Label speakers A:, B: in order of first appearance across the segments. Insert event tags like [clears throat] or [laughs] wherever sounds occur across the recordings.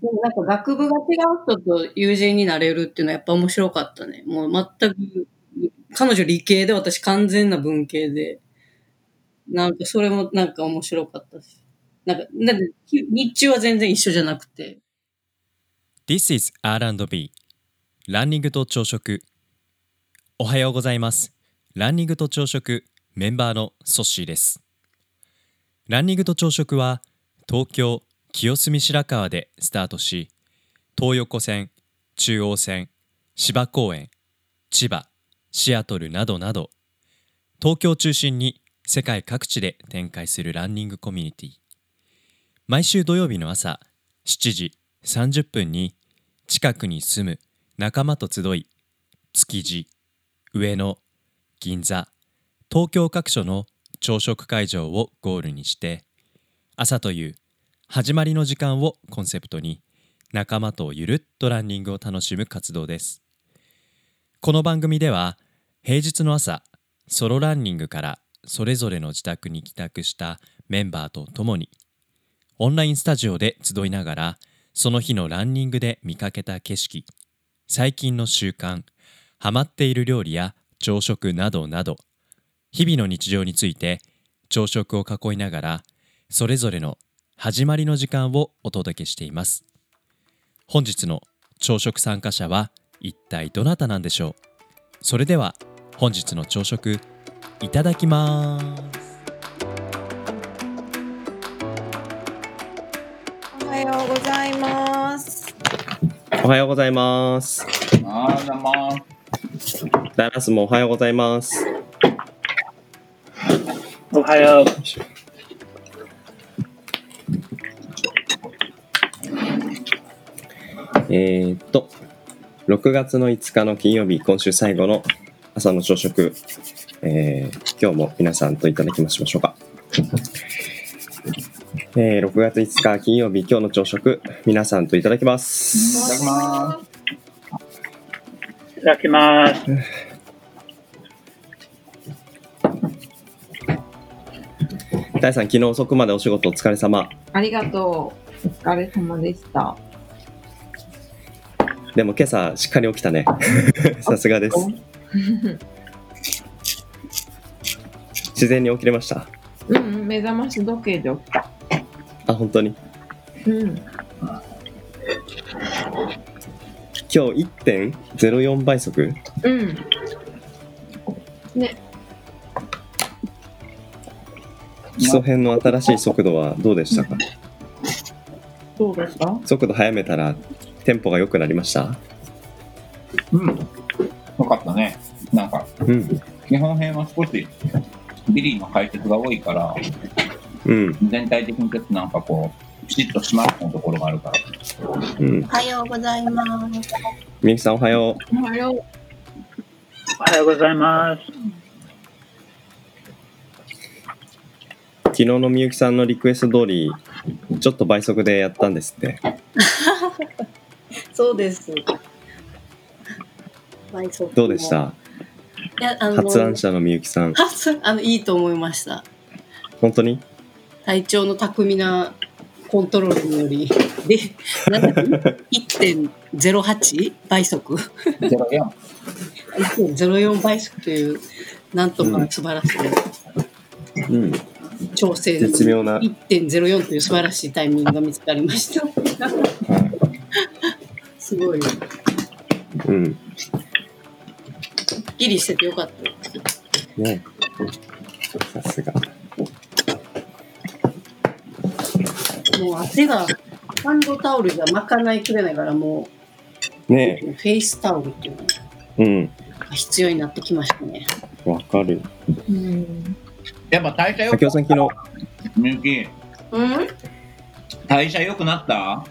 A: でもなんか学部が違う人と友人になれるっていうのはやっぱ面白かったね。もう全く、彼女理系で私完全な文系で、なんかそれもなんか面白かったし。なんか、なんで日日中は全然一緒じゃなくて。
B: This is R&B ランニングと朝食おはようございますランニングと朝食メンバーのソッシーですランニングと朝食は東京清澄白河でスタートし東横線中央線芝公園千葉シアトルなどなど東京を中心に世界各地で展開するランニングコミュニティ毎週土曜日の朝7時30分に近くに住む仲間と集い築地上野銀座東京各所の朝食会場をゴールにして朝という始まりの時間をコンセプトに仲間とゆるっとランニングを楽しむ活動ですこの番組では平日の朝ソロランニングからそれぞれの自宅に帰宅したメンバーと共にオンラインスタジオで集いながらその日のランニングで見かけた景色最近の習慣ハマっている料理や朝食などなど日々の日常について朝食を囲いながらそれぞれの始まりの時間をお届けしています本日の朝食参加者は一体どなたなんでしょうそれでは本日の朝食いただきます
C: おはようございます。
D: おはようございます。
E: あーどうも
D: ダラスもおはようございます。
E: おはよう。
D: えー、っと、6月の5日の金曜日、今週最後の朝の朝食、えー今日も皆さんといただきましょうか。えー6月5日金曜日、今日の朝食、皆さんといただきます。
E: いただきます。いただきます。
D: 大さん、昨日遅くまでお仕事お疲れ様。
C: ありがとう。お疲れ様でした。
D: でも今朝、しっかり起きた
C: [laughs]
D: ね。さすがです。自然に起きれました。
C: うんうん、目覚まし時計で起きた。
D: あ、本当に。
C: うん。
D: 今日1.04倍速
C: うん。
D: 基礎編の新しい速度はどうでしたか
C: どうだった
D: 速度速めたらテンポが良くなりました
E: うん。よかったね。なんか、
D: うん
E: 基本編は少し、ビリーの解説が多いから、
D: うん
E: 全体的にちょっとなんかこう、ピシッとしまったところがあるから。
D: うん
F: おはようございます。
D: みゆきさんおはよう
C: おはよう。
G: おはようございます。
D: 昨日のみゆきさんのリクエスト通りちょっと倍速でやったんですって
A: そうです。
D: どうでした
A: いや、あの、
D: 発案者のみゆきさん
A: 発案あの、いいと思いました。
D: 本当に
A: 体調の巧みなコントロールにより、で、なんだっけ1.08倍速
E: ゼロ四
A: ?1.04 倍速という、なんとか素晴らしい、
D: うん
A: 調整の
D: 絶妙な、はい、
A: 1.04という素晴らしいタイミングが見つかりました。すごい。すっ
D: うん
A: きりしててよかった。
D: ねさすが
A: もう汗が、ハンドタオルじゃまかないきれないから、もう、
D: ね
A: フェイスタオルっていうの
D: うん
A: が必要になってきましたね。
D: わかる
C: うん。
E: やっぱ代謝良
D: 竹
E: く
D: 雄さん昨日
E: みゆき、
A: うん
E: 代謝良くなった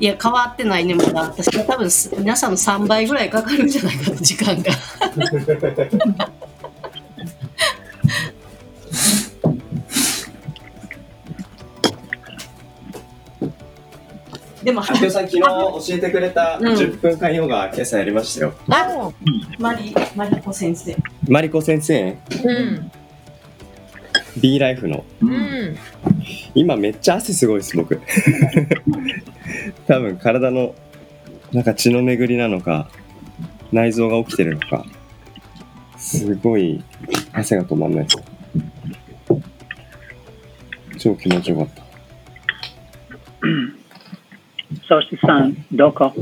A: いや、変わってないね、まだ。私が多分す、皆さんの3倍ぐらいかかるんじゃないかな、時間が。でも、あ
D: 雄さん昨日教えてくれた
A: うん10
D: 分間ヨガ今朝やりましたよ
A: マリ、マリコ先生。
D: マリコ先生
C: うん。
D: B ライフの
E: う
C: う。ん。
D: 今めっちゃ汗すごいです僕 [laughs] 多分体のなんか血の巡りなのか内臓が起きてるのかすごい汗が止まんないです超気持ちよかった
G: そしてさん、どこ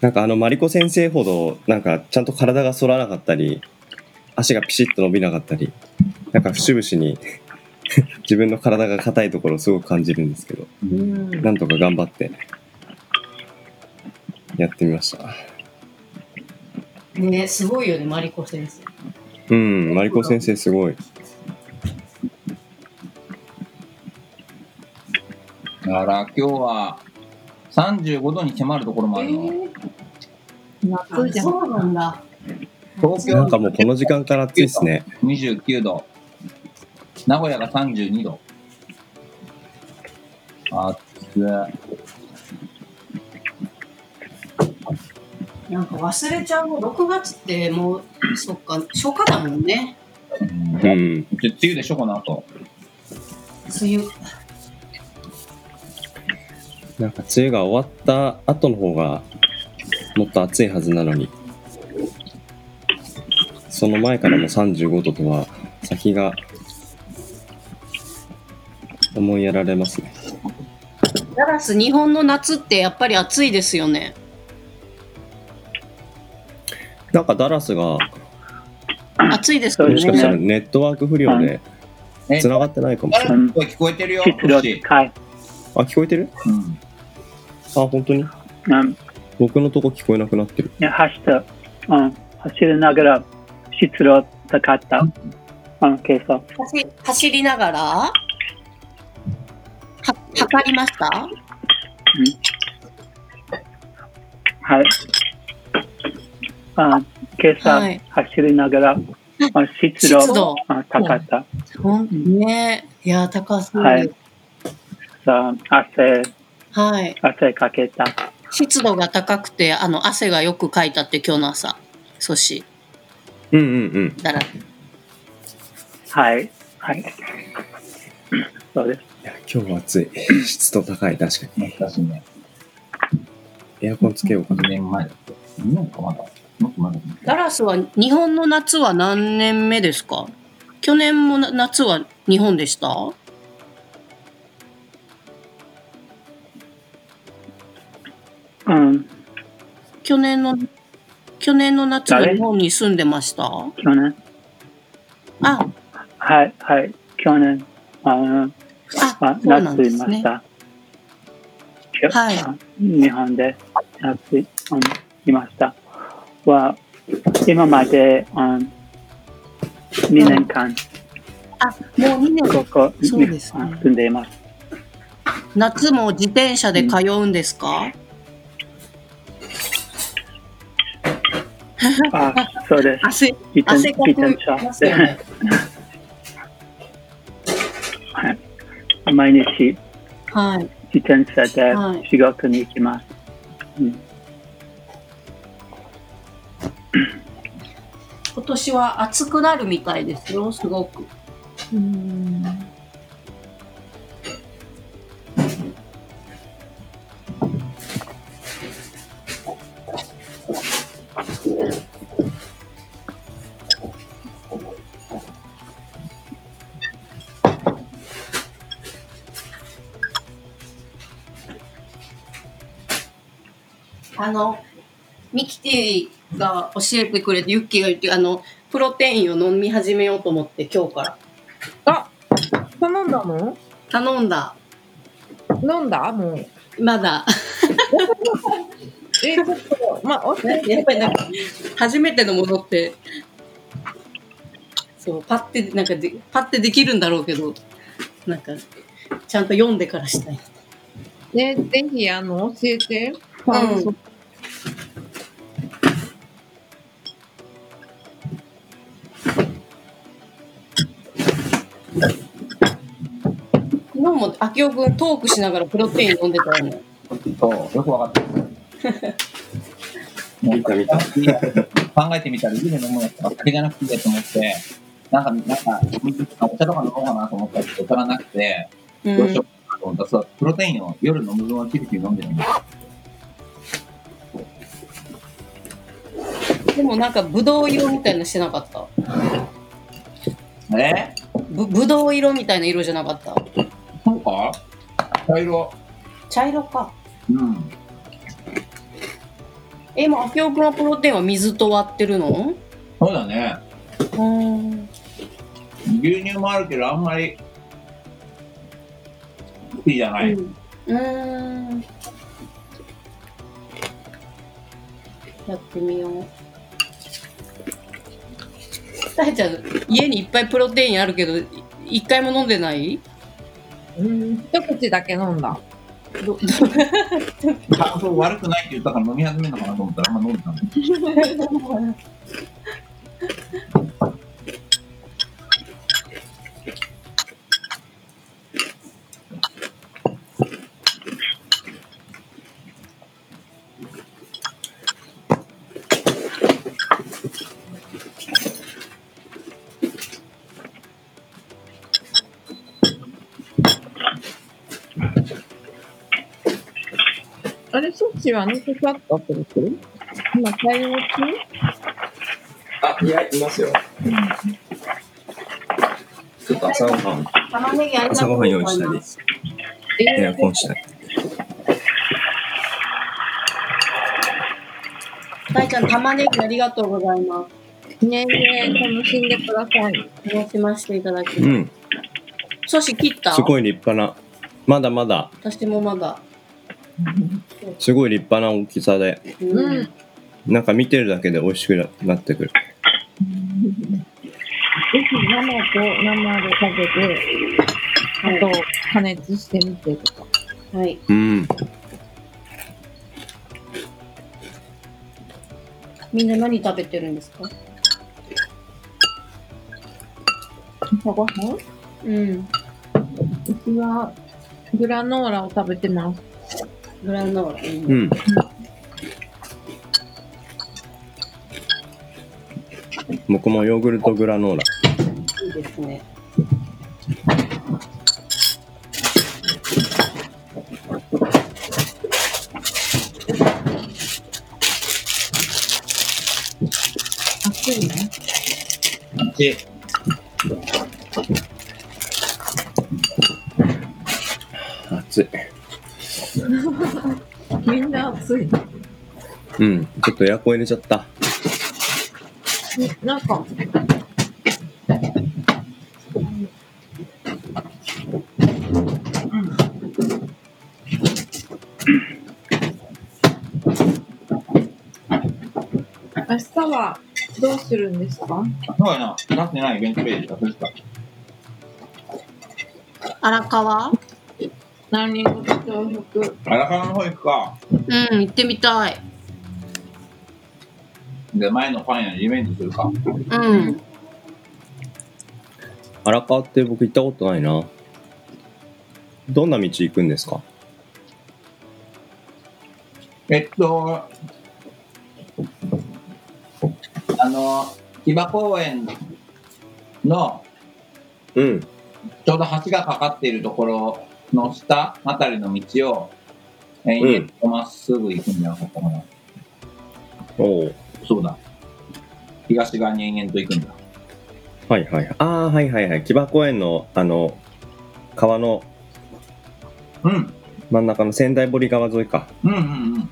D: なんかあのマリコ先生ほどなんかちゃんと体が反らなかったり足がピシッと伸びなかったりなんか節々に自分の体が硬いところをすごく感じるんですけど
C: うん。
D: なんとか頑張ってやってみました
A: ねすごいよね、マリコ先生。
D: うんマリコ先生すごい
E: あら、今日は35度に迫るところもあるの。
C: 夏じゃん。
A: うなんだ。
E: 東京
D: なんかもうこの時間から暑いですね
E: 29度。名古屋が32度。暑い。
A: なんか忘れちゃうも6月ってもう、そっか、初夏だもんね。
E: うん
D: う
E: で
D: ん
E: 梅雨でしょ、この後。
A: 梅雨。
D: なんか梅雨が終わった後の方がもっと暑いはずなのにその前からも35度とは先が思いやられますね
A: ガラス、日本の夏ってやっぱり暑いですよね。
D: なんかダラスが
A: [clears throat] 暑いですか
G: そう
D: も
G: で
D: し
G: す
D: か
G: ね
D: したらネットワーク不良で
E: え、
D: 繋がってないかもしれない
E: 声聞こえてるよ、
G: 湿度高い。
D: あ聞こえてる
E: うん。
D: あ本当に
G: うん、
D: 僕のとこ聞こえなくなってる
G: ね走った、うん、走りながら湿度高かった。うん、計算。
A: 走走りながらは測りました
G: はい。あ今朝、
A: はい
G: 走りながら、あ湿度
A: 湿度
G: あ高かった。
A: ほんねいや高そう
G: は
A: で
G: い
A: す。
G: さあ汗、
A: はい、
G: 汗かけた。
A: 湿度が高くてあの汗がよくかいたって今日の朝そし
D: うんうん
A: だら
G: はい。はい。そうです。
D: いや今日は暑い湿度高い確か
E: 懐かしいね。
D: にエアコンつけようか
E: 2年前だって。2年かまだ。もっと前だね
A: ダラスは日本の夏は何年目ですか去年もな夏は日本でした
G: うん、
A: 去年の去年の夏は
G: 誰
A: 日本に住んでました
G: 去年。
A: あ
G: はい、はい。去年、あ
A: あ
G: あ
A: そうなん
G: 夏
A: で
G: い
A: す
G: まし
A: ね
G: た。きょ
A: はい
G: あ日本で夏いうんいました。は、今まで、うん、2年間、
A: あもう2年
G: ここに、
A: そうですね
G: あ住んでいます。
A: 夏も自転車で通うんですか、
G: あ、そうです。
A: 汗
G: 自転
A: 汗かく
G: 自転車
A: ますよね
G: で毎日
A: はい
G: 自転車で
A: はい
G: 仕事に行きます。うん
A: 今年は暑くなるみたいですよすごく
C: うん。
A: あのミキティが教えてくれてユッキーが言ってあのプロテインを飲み始めようと思って今日から
C: あ、頼んだの？
A: 頼んだ
C: 飲んだ？もう。
A: まだ
C: え、ちょっとまあ、お
A: [laughs] やっぱりなんか初めてのものってそうパッてなんかでパッてできるんだろうけどなんかちゃんと読んでからしたい
C: ね、ぜひあの教えて。
A: うん
C: そう
A: 昨日も秋代君トークしながらプロテイン飲んでたよね
E: そう、よくわかった。
D: 見た見た
E: 考えてみたら、家で飲むのとか、酒じゃなくていいやと思って、なんか、なんか、お茶とか飲もうかなと思ったけど、お茶がなくて、
A: うん
E: どうしようかなと思ったら、そうプロテインを夜飲む分はピルピル飲んでるんです
A: でもなんかぶどう色みたいのしてなかった
E: え
A: ぶぶどう色みたいな色じゃなかった
E: そうか茶色。
A: 茶色か
E: うん。
A: え今明雄君はプロテインは水と割ってるの
E: そうだね。
A: うん
E: 牛乳もあるけど、あんまり、好きじゃない。
A: うんうーんやってみようたえちゃん家にいっぱいプロテインあるけどい一回も飲んでない
C: うん、一口だけ飲んだ。
A: ど
E: 感想悪くないって言ったから飲み始めるのかなと思ったら、あんま飲んでたの。
C: あれ、そっちは寝て座ったってこと今、対応中
H: あ、いや、いますよ。ちょっと朝ごはん、
F: 玉ねぎありが
H: 朝
F: とう
H: ご
F: ご
H: は
F: ざ
H: ん
F: い
H: 用意
F: ま
H: し
F: す
H: たり、エ
C: え
H: アコンしたり。
A: たえちゃん玉ねぎありがとうございま
C: ー、ねえねえ、楽しんでください。
A: す楽しませていただき
D: う
A: ます
D: ん、
A: 阻止切った
D: すごい立派な、まだまだ、
A: 私もまだ
D: すごい立派な大きさで、
A: う
C: うん。
D: なんか見てるだけで美味しくなってくる。
C: ぜひ生と生で食べて、あと加熱してみてとか。
A: はい
D: うん、
A: みんな何食べてるんですか
C: 朝ごはん
A: うん
C: うちはグラノーラを食べてます。
A: グラノーラいいね
D: うん。僕もヨーグルトグラノーラ。
A: いいですね。
C: 暑いね。
E: で、
D: 熱い。
C: みんな暑い。
D: うん、ちょっとエアコン入れちゃった。
C: なんか、明日はどうするんですか
E: そうやな。なってないイベントページが、それしか。
F: 荒川
C: ランニングと朝食。
E: 荒川の方行くか。
A: うん、行ってみたい。
E: で、前のパン屋にリベンジするか。
A: うん。
D: 荒川って僕行ったことないな。どんな道行くんですか
E: えっと、あの、木場公園の
D: うん。
E: ちょうど橋がかかっているところの下あたりの道を延々とまっすぐ行くんじゃなかったかな。
D: おう
E: そうだ。東側に延々と行くんだ。
D: はいはい。ああ、はいはいはい。木場公園の、あの、川の
E: うん。
D: 真ん中の仙台堀川沿いか。
E: うんうんうん。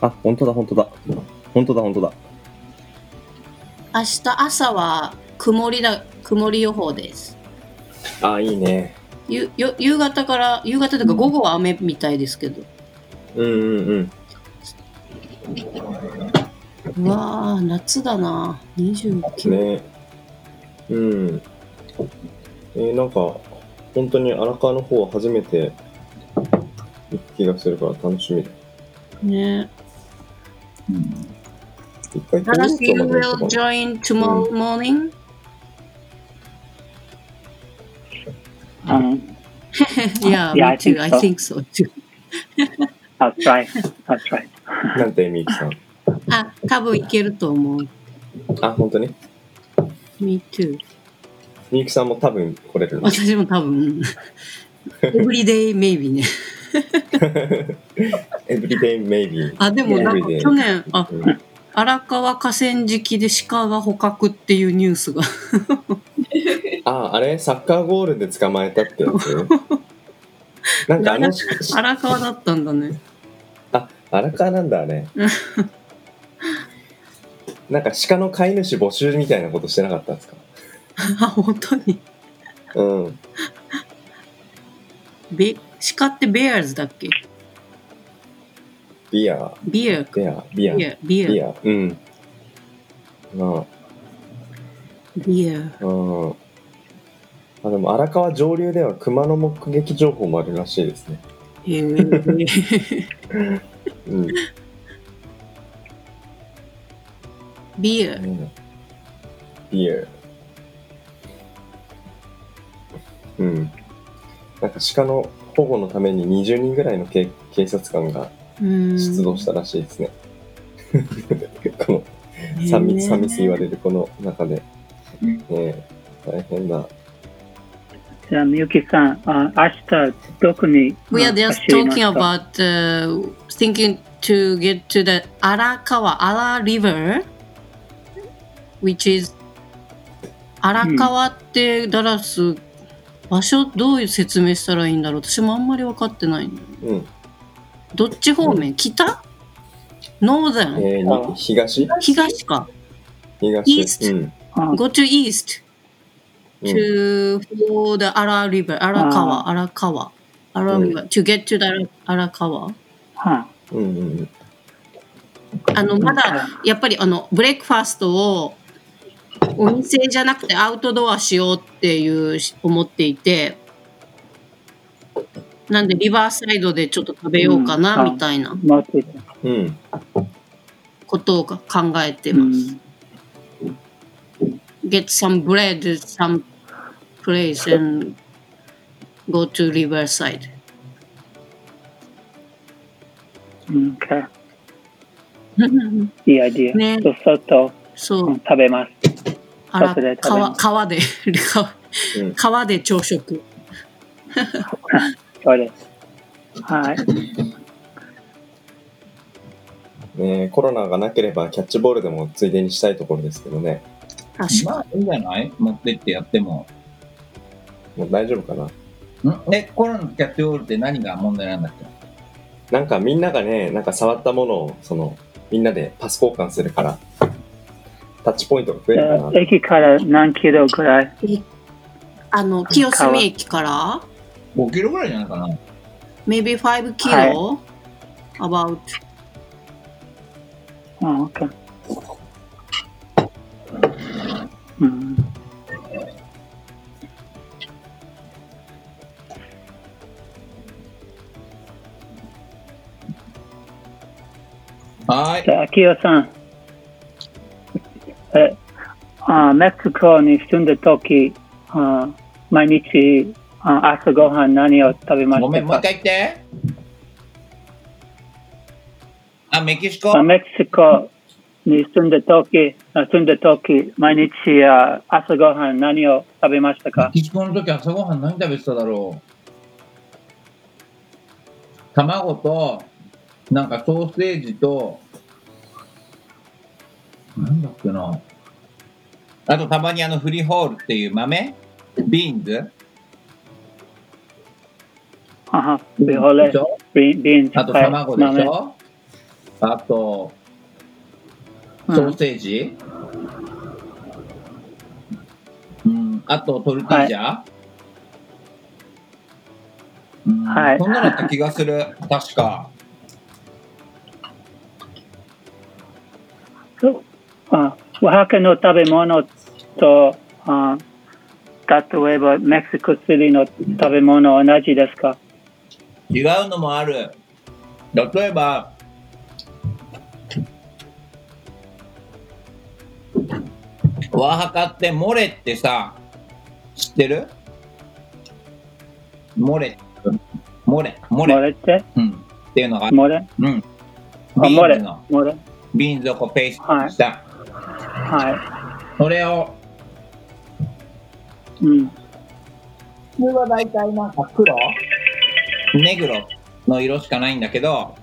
D: あ、本当だ本当だ。本当だ本当だ。
F: 明日朝は曇りだ曇り予報です
D: ああ、いいね。
F: ゆよ夕方から夕方というか午後は雨みたいですけど
D: うんうんうん。
F: うわー夏だな29
D: ねうんえーなんか本当に荒川の方は初めて行く気がするから楽しみだ
F: ね
E: うん、
D: 一回
F: Dallas
D: 京
F: you
D: 都ま
F: will
D: で行ったか
F: join tomorrow morning
G: Um,
F: yeah
G: Yeah,
F: me
G: I think
F: too I
G: so.
F: think so too
G: I'll try. I'll try.
D: ななんてみゆきさん
F: あ多分いけると思う
D: あ本当に
I: Me too.
D: みゆきさんも多分
A: [laughs]
D: 来れるの。
I: 私も多分、everyday maybe ね。
D: エブリデイメイビー。
I: あ、でもなんか
D: Everyday
I: 去年、あ、
D: うん
I: 荒川河川敷で鹿が捕獲っていうニュース [laughs] が。
D: あ、あれサッカーゴールで捕まえたってやつなんかあの、し
I: 荒川だったんだね。
D: あ、荒川なんだ、あれ。なんか鹿の飼い主募集みたいなことしてなかったんですか
I: あ、本当に。
D: うん。
I: べ鹿ってベアーズだっけ
D: ビア、
I: ビアーか。
D: ビア、ビア、
I: ビアー、ビア
D: ビ
I: ー、
D: ア。うん。ま
I: ビアー。
D: あ、うん。あ、でも荒川上流では熊の目撃情報もあるらしいですね。
I: へえ。
D: うん。
A: ビア。
D: うんビア。うん。なんか鹿の保護のために20人ぐらいの警警察官が
I: うん。 [laughs]
D: 出動したらしいですね。 [laughs] この三密、三密言われるこの中で。ねえ、大変だ。
G: じゃあ、みゆきさん、あ明日、どこに
A: We are
G: あ
A: just
G: 走ります
A: talking
G: か
A: about uh, thinking to get to the Arakawa, Ara River, which is 荒川ってダラス、場所どういう説明したらいいんだろう私もあんまり分かってないんだよね
D: うん。
A: どっち方面、北ノーザン
D: えー、に東
A: 東か。
D: 東。
A: East
D: うん。
G: あ
A: Go to east
D: うん
A: to for the Ara River, 荒川、荒川、荒川、to get to the 荒川。
G: は
D: うんうん
A: あの、
G: い
A: まだ、やっぱりあの、ブレックファーストを、お店じゃなくてアウトドアしようっていうし思っていて、なんでリバーサイドでちょっと食べようかな、
G: うん
A: みたいな
G: 待ってて、
D: うん。うん。
A: ことをか考えて
G: う
A: ます。
G: ん
A: Get some bread, some place and go to riverside.
G: うん、okay. いいアイディア。
A: ね
G: そうそうと、
A: そうう、
G: ん食べます。
A: あら
G: それ食べ
A: 川、川で、 [laughs] 川
D: うん
A: 川で朝食。
G: そうです。はい。
D: ねえコロナがなければキャッチボールでもついでにしたいところですけどね。
A: 確か
E: まあ、いいんじゃない持ってってやっても。
D: もう大丈夫かなん
E: え、コロナのキャッチボールって何が問題なんだっけ
D: なんかみんながね、なんか触ったものを、その、みんなでパス交換するから、タッチポイントが増え
G: じ
D: るか
G: ゃ
D: な
G: あ。駅から何キロぐらい
A: に。えあの、清澄駅から、
E: ?5 キロぐらいじゃないかな
A: maybe 5 kilo [laughs] about
G: あ、OK。うん。
E: はーい
G: じ。ゃあ、秋代さん。え、あメキシコに住んだ時、あ毎日あ朝ごはん何を食べま
E: ごめ
G: し
E: ん、
G: た
E: もう一回言
G: か
E: って。あ、メキシコ
G: あメキシコに住んだ時、あ住んだ時、毎日あ朝ごはん何を食べましたか
E: メキシコの時朝ごはん何食べてただろう卵と、なんかソーセージと、なんだっけな。あとたまにあのフリーホールっていう豆ビーンズ
G: あは、ビホレ
E: でし、ょ
G: ビビーンズ、
E: あと
G: はい
E: 卵でし
G: 豆
E: ょあと、ソ
G: うん
E: ーセージうん、あとトルティージャ、うん
G: はい
E: そんなのあった気がする、確か。
G: そうあオハカの食べ物と、あ例えばメキシコシティの食べ物同じですか
E: 違うのもある。例えば、ワーハカってモレってさ、知ってるモレ。モレ、モ
G: 漏
E: レ。
G: れて
E: うん。っていうのが、
G: 漏れ
E: うん。
G: あ
E: ビ
G: 漏
E: ーン
G: れ
E: ズの、
G: 漏れ
E: ビーンズをこうペーストにした。
G: はい。
E: それを
G: うん。
E: 普通は大体なんか黒ネグロの色しかないんだけど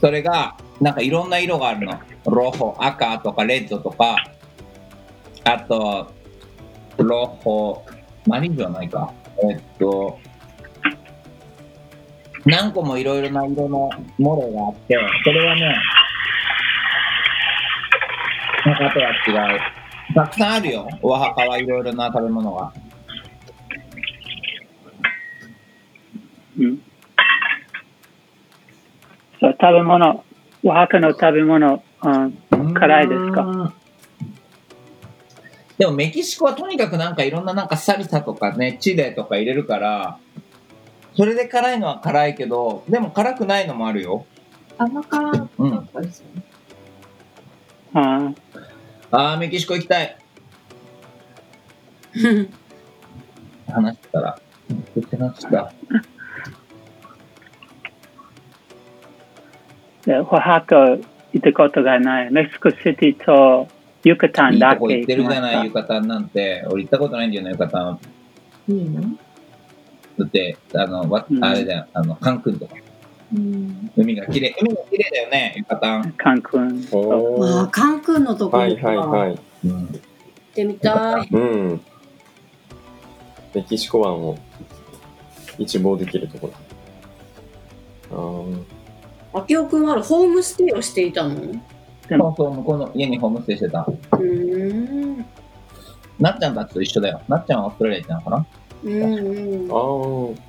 E: それがなんかいろんな色があるのロホ赤とかレッドとかあとロホマリンじゃないかえっと何個もいろいろな色のモレがあってそれはね他とは違うたくさんあるよオアハカはいろいろな食べ物が
G: うん。そう、食べ物、オハカの食べ物、うん、辛いですか
E: かでもメキシコはとにかくなんかいろんななんかサルサとかねチレとか入れるからそれで辛いのは辛いけどでも辛くないのもあるよ
J: 甘辛か
E: うん
J: ったですよね。
G: あ
E: あーメキシコ行きたい話してたら言ってました
G: ーでオハカ行ったことがない。メキシコシティとユカタ
E: い
G: ン
E: い
G: だ
E: とこ行
G: け
E: ってる
G: 行き
E: じ
G: ま
E: ゃない
G: し
E: 浴衣なんて俺行ったことないんだよね浴衣
J: いいの
E: だってあのわ
G: うん
E: あれだよあのカンクンとか
C: 嗯
J: うん。
E: 海が綺麗海が綺麗だよね浴衣
G: た。カンクン。
D: お
F: まあ、
D: ー
F: カンクンのとこ
D: はい
F: に
D: はい
F: 行
D: はい。
E: うん
F: ってみたい。
D: うん。メキシコ湾を一望できるところ。
A: あきおくんはホームステイをしていたのう
E: そうそう向こうの家にホームステイしてた
A: ーん。
E: なっちゃんたちと一緒だよなっちゃんはオーストラリア行ったのかな
A: うん
D: ああ。あ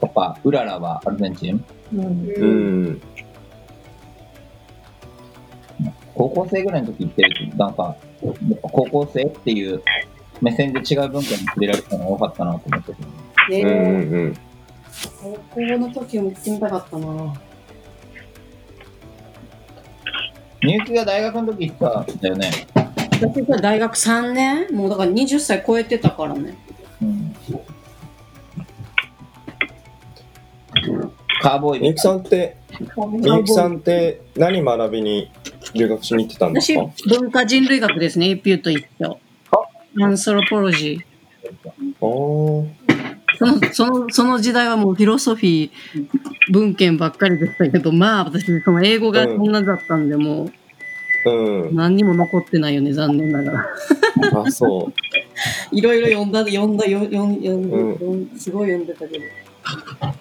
D: あ。
E: とかうららはアルゼンチン
C: 嗯
J: うん。
A: う。
D: うんん。
E: 高校生ぐらいの時行ってるなんかやっぱ高校生っていう目線で違う文化に触れられたのが多かったなと思ってて
A: ね
D: うんう
A: え、
D: んうん。
A: 高校の時も行ってみたかったな。
E: 入気が大学の時行ったんだよね、
A: 私は大学3年もうだから20歳超えてたからね。
E: うん、カーボーイ
D: みゆきさんって、みゆきさんって何学びに留学しに行ってたんです
F: 私
D: か、
F: 文化人類学ですね、エピューと一緒。アンソロポロジ
D: あー
F: ー。その、その、その時代はもうフィロソフィー、文献ばっかりでしたけど、まあ私、その英語がそんなだったんで、もう
D: うん。
F: 何にも残ってないよね、残念ながら。
D: あ、そ
A: いろいろ読んだ、読んだ、よ読ん読ん
D: うん
A: 読んすごい読んでたけど。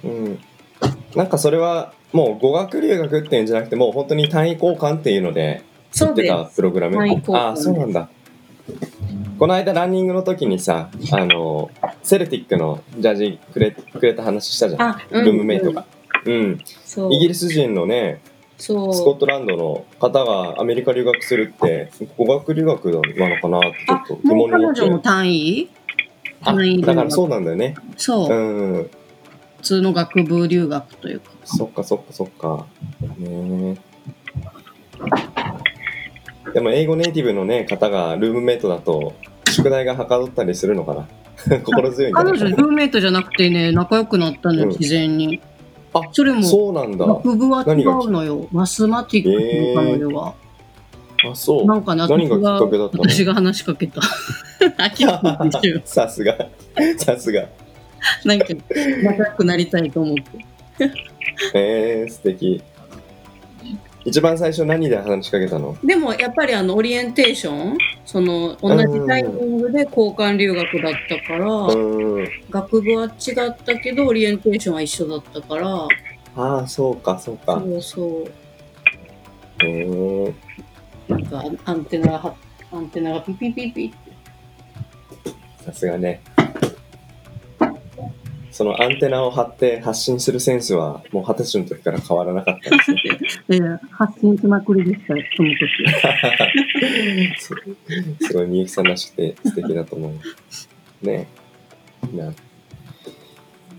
D: う。うん。なんかそれはもう語学留学っていうんじゃなくて、もう本当に単位交換っていうので、
A: そう
D: て
A: で
D: かプログラム
A: 単位交換
D: あそうなんだこの間ランニングの時にさあのセルティックのジャージくれくれた話したじゃん
A: あ、うん
D: ルームメイトが。うん、
A: そう。
D: イギリス人のねスコッ
A: そ
D: トランドの方がアメリカ留学するって語学留学なのかなってちょっと疑
F: もう
D: 問に
F: 彼
D: 思って
F: 女も単位
D: あ
F: 単位留
D: だから
F: 学。
D: そうなんだよね
F: そうう。
D: ん
F: 普通の学部留学というか。
D: そっかそっかそっかねえでも英語ネイティブのね方がルームメイトだと宿題がはかどったりするのかな [laughs] 心強いんじゃ
F: 彼
D: な
F: 女、
D: いか
F: ル
D: な
F: ーメイトじゃなくてね、仲良くなったのよ、
D: うん
F: 自然に。
D: あ
F: それも、
D: そうなんだ
F: 学部は違
D: 何が
F: うのよ。マスマティックの彼女は。
D: あそ
F: な
D: うん
F: かね、
D: 何が
F: 私が
D: きっかけだったの
F: 私が話しか
A: [laughs]
F: けた。秋山君でしょ
D: [laughs] さすがさすが
F: なんか、仲良くなりたいと思って。
D: えー、素敵一番最初何で話しかけたの
A: う。でもやっぱりあのオリエンテーション、その同じタイミングで交換留学だったから、
D: うーん
A: 学部は違ったけどオリエンテーションは一緒だったから、
D: ああそうかそうか
A: そうそう。
D: うーん
A: なんかアンテナがはアンテナがピピピピって。
D: さすがねそのアンテナを張って発信するセンスはもう二十歳の時から変わらなかった
A: [laughs]
D: ですね
F: えー発信しまくりでした、その時。
D: すすごいみゆきさんらしくて素敵だと思います。ねいいな。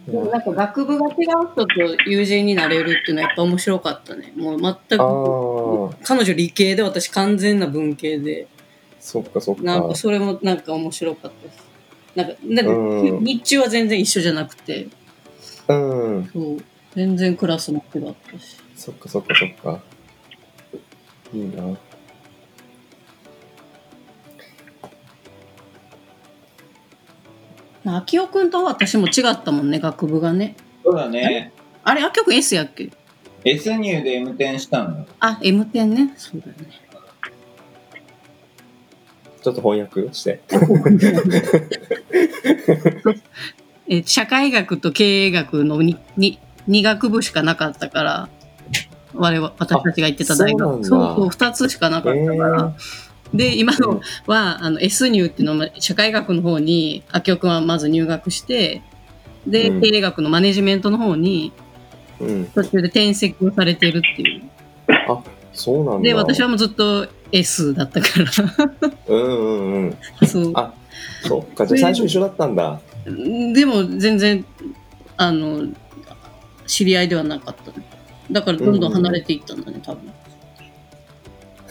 A: でもなんか学部が違う人と友人になれるっていうのはやっぱ面白かったね。もう全
D: ああ
A: く
D: ー、
A: 彼女理系で私完全な文系で。
D: そっかそっ
A: な
D: か
A: ん。かそれもなんか面白かったし。なんか、なんか
D: うん
A: 日中は全然一緒じゃなくて、
D: うん、
A: そう、全然クラスの子だったし。
D: そっかそっかそっか。いいな。
A: 秋尾くんと私も違ったもんね、学部がね。
E: そうだね。
A: あれ、秋尾くん S やっけ
E: S ニューで M 転したんだよ。
A: あ、M 点ね。そうだよね。
D: ちょっと翻訳して。
A: え社会学と経営学の 2, に2学部しかなかったから、我々、私たちが行ってた大
D: あ
A: 学。
D: そうなんだ
A: そう2つしかなかったから。で、今のは、あの、S 入っていうのは、社会学の方に、秋尾くんはまず入学して、で、
D: うん
A: 経営学のマネジメントの方に、
D: うん。
A: 途中で転籍をされてるっていう。
D: そうなんだ。
A: で、私は。もうずっと S だったか
D: うんうんうん。
A: ら。
D: [laughs]
A: そう。
D: あ、そっか。じゃあ最初一緒だったんだ。
A: でも全然あの知り合いではなかったねだからどんどん離れていったんだね、多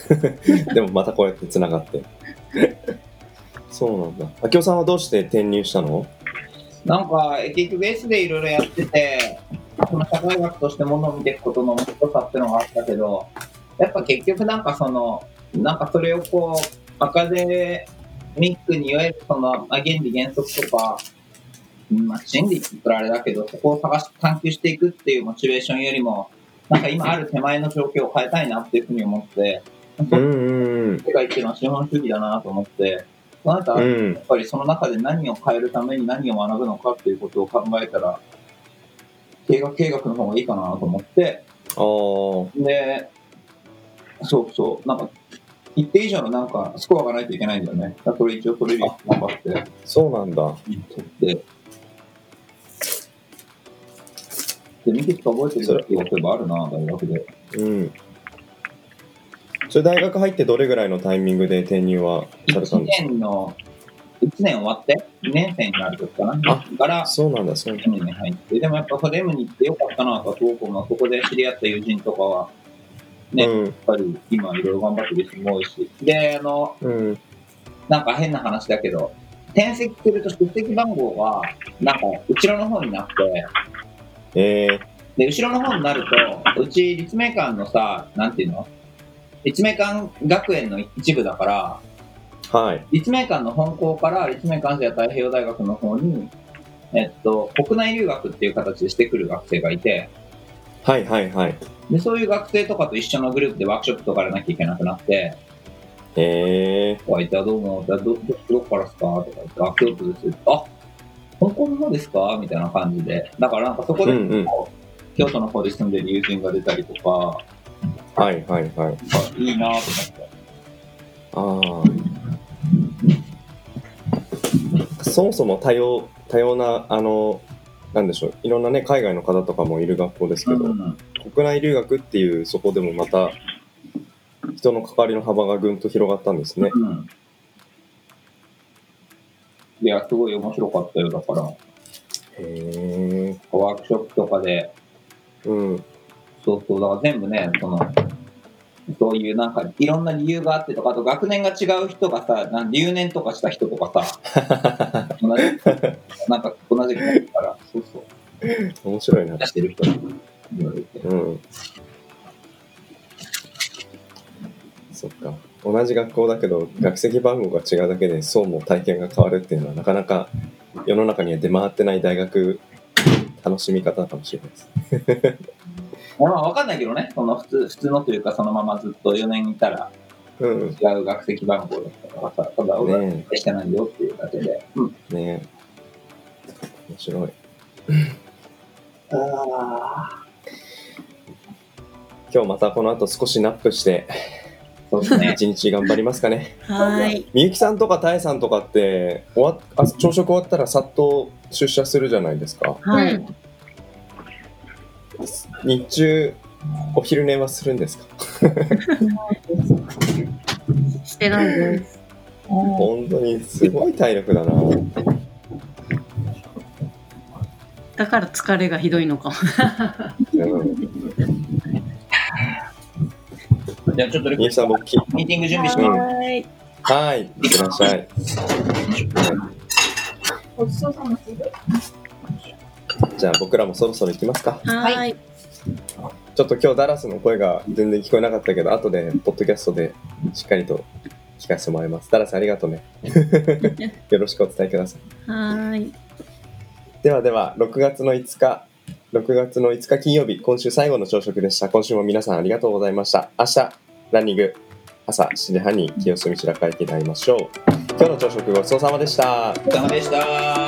A: 分
D: でもまたこうやって繋がって。 [laughs] そうなんだ。あきおさんはどうして転入したの
E: なんか、結局 S でいろいろやってて、その社会学としてものを見ていくことの面白さっていうのがあったけど、やっぱ結局なんかその、なんかそれをこう、アカデミックにいわゆるその、まあ、原理原則とか、うんまあ、真理って言ったらあれだけど、そこを探し、探求していくっていうモチベーションよりも、なんか今ある手前の状況を変えたいなっていうふうに思って、
D: うんうんうん。
E: 世界っていうのは資本主義だなと思って、あなたは
D: うん
E: や。っぱりその中で何を変えるために何を学ぶのかっていうことを考えたら、経営学計画の方がいいかなと思って、
D: ああ。
E: で、そうそう、なんか、一定以上のなんか、スコアがないといけないんだよね。だからそれ一応取れるように頑張って、
D: そうなんだ。
E: 取って。で、ミキス覚えてるよって言わばあるな、大学で。
D: うん。それ大学入ってどれぐらいのタイミングで転入はされた
E: 1
D: んです
E: 年の、1年終わって、2年生になる時かな
D: あ。
E: から
D: か、そうなんだ、そうなんだ。
E: M に入って、でもやっぱそれ M に行ってよかったなとは、そうこそこで知り合った友人とかは、ね
D: うん
E: やっぱり今いろいろ頑張ってる人も多いし、で、あの、
D: うん。
E: なんか変な話だけど、転籍すると出席番号は、なんか後ろの方になって、
D: えー、
E: で、後ろの方になると、うち立命館のさ、なんていうの立命館学園の一部だから、
D: はい。
E: 立命館の本校から立命館アジア太平洋大学の方に、えっと、国内留学っていう形でしてくる学生がいて、
D: はいはいはい。
E: で、そういう学生とかと一緒のグループでワークショップとかやらなきゃいけなくなって、
D: え
E: おい、じゃあどうも、じゃあど、ど、どこからですかとか言って、あ、京都です。あ、香港の方ですかみたいな感じで。だからなんかそこ
D: ー、う
E: で、
D: んうん。
E: 京都の方で住んでる友人が出たりとか、
D: はいはいはい。
E: なんかいいなぁと思って。
D: ああ。そもそも多様、多様な、あの、なんでしょう。いろんなね、海外の方とかもいる学校ですけど、
E: うん。
D: 国内留学っていう、そこでもまた、人の関わりの幅がぐんと広がったんですね。
E: うん。いや、すごい面白かったよ。だから、
D: へえ。
E: ワークショップとかで、
D: うん。
E: そうそう、だから全部ね、その、そういうなんか、いろんな理由があってとか、あと学年が違う人がさ、なん留年とかした人とかさ、 [laughs] 同じ、なんか同じくなるから、そうそう、
D: 面白いな
E: 出。してる人がいろいろいて
D: うん。そっか。同じ学校だけど、学籍番号が違うだけで、そうも体験が変わるっていうのは、なかなか世の中には出回ってない大学、楽しみ方かもしれないです。
E: まあ、わかんないけどね、その普通、普通のというか、そのままずっと4年いたら、
D: うん。
E: 違う学籍番号だったからさ、ただ、俺は
D: ね
E: してないよっていうだけで、うん。
D: え、ねえ。面白い。今日またこの後少しナップして、
E: そうですね。
D: 一日頑張りますかね。
A: はい
D: みゆきさんとかたえさんとかって終わっあ朝食終わったらさっと出社するじゃないですか
A: はい、
C: うん
D: 日中お昼寝はするんですか
K: してないです。
D: 本当にすごい体力だな
A: だから疲れがひどいのかも
D: うん
E: じゃあ、ちょっと、
D: みゆきさんもき
E: ミーティング準備します。
C: はい。
D: はいいってらっしゃい
C: ごちそうさまです。
D: じゃあ僕らもそろそろ行きますか
A: はい
D: ちょっと今日ダラスの声が全然聞こえなかったけど後でポッドキャストでしっかりと [laughs] 聞かせてもらいますダラスありがとうねよろしくお伝えください
A: はい
D: ではでは、6月の5日、6月の5日金曜日、今週最後の朝食でした。今週も皆さんありがとうございました。明日、ランニング、朝7時半に清澄白河駅で会いましょう。今日の朝食ごちそうさまでした。
E: お疲れ様でした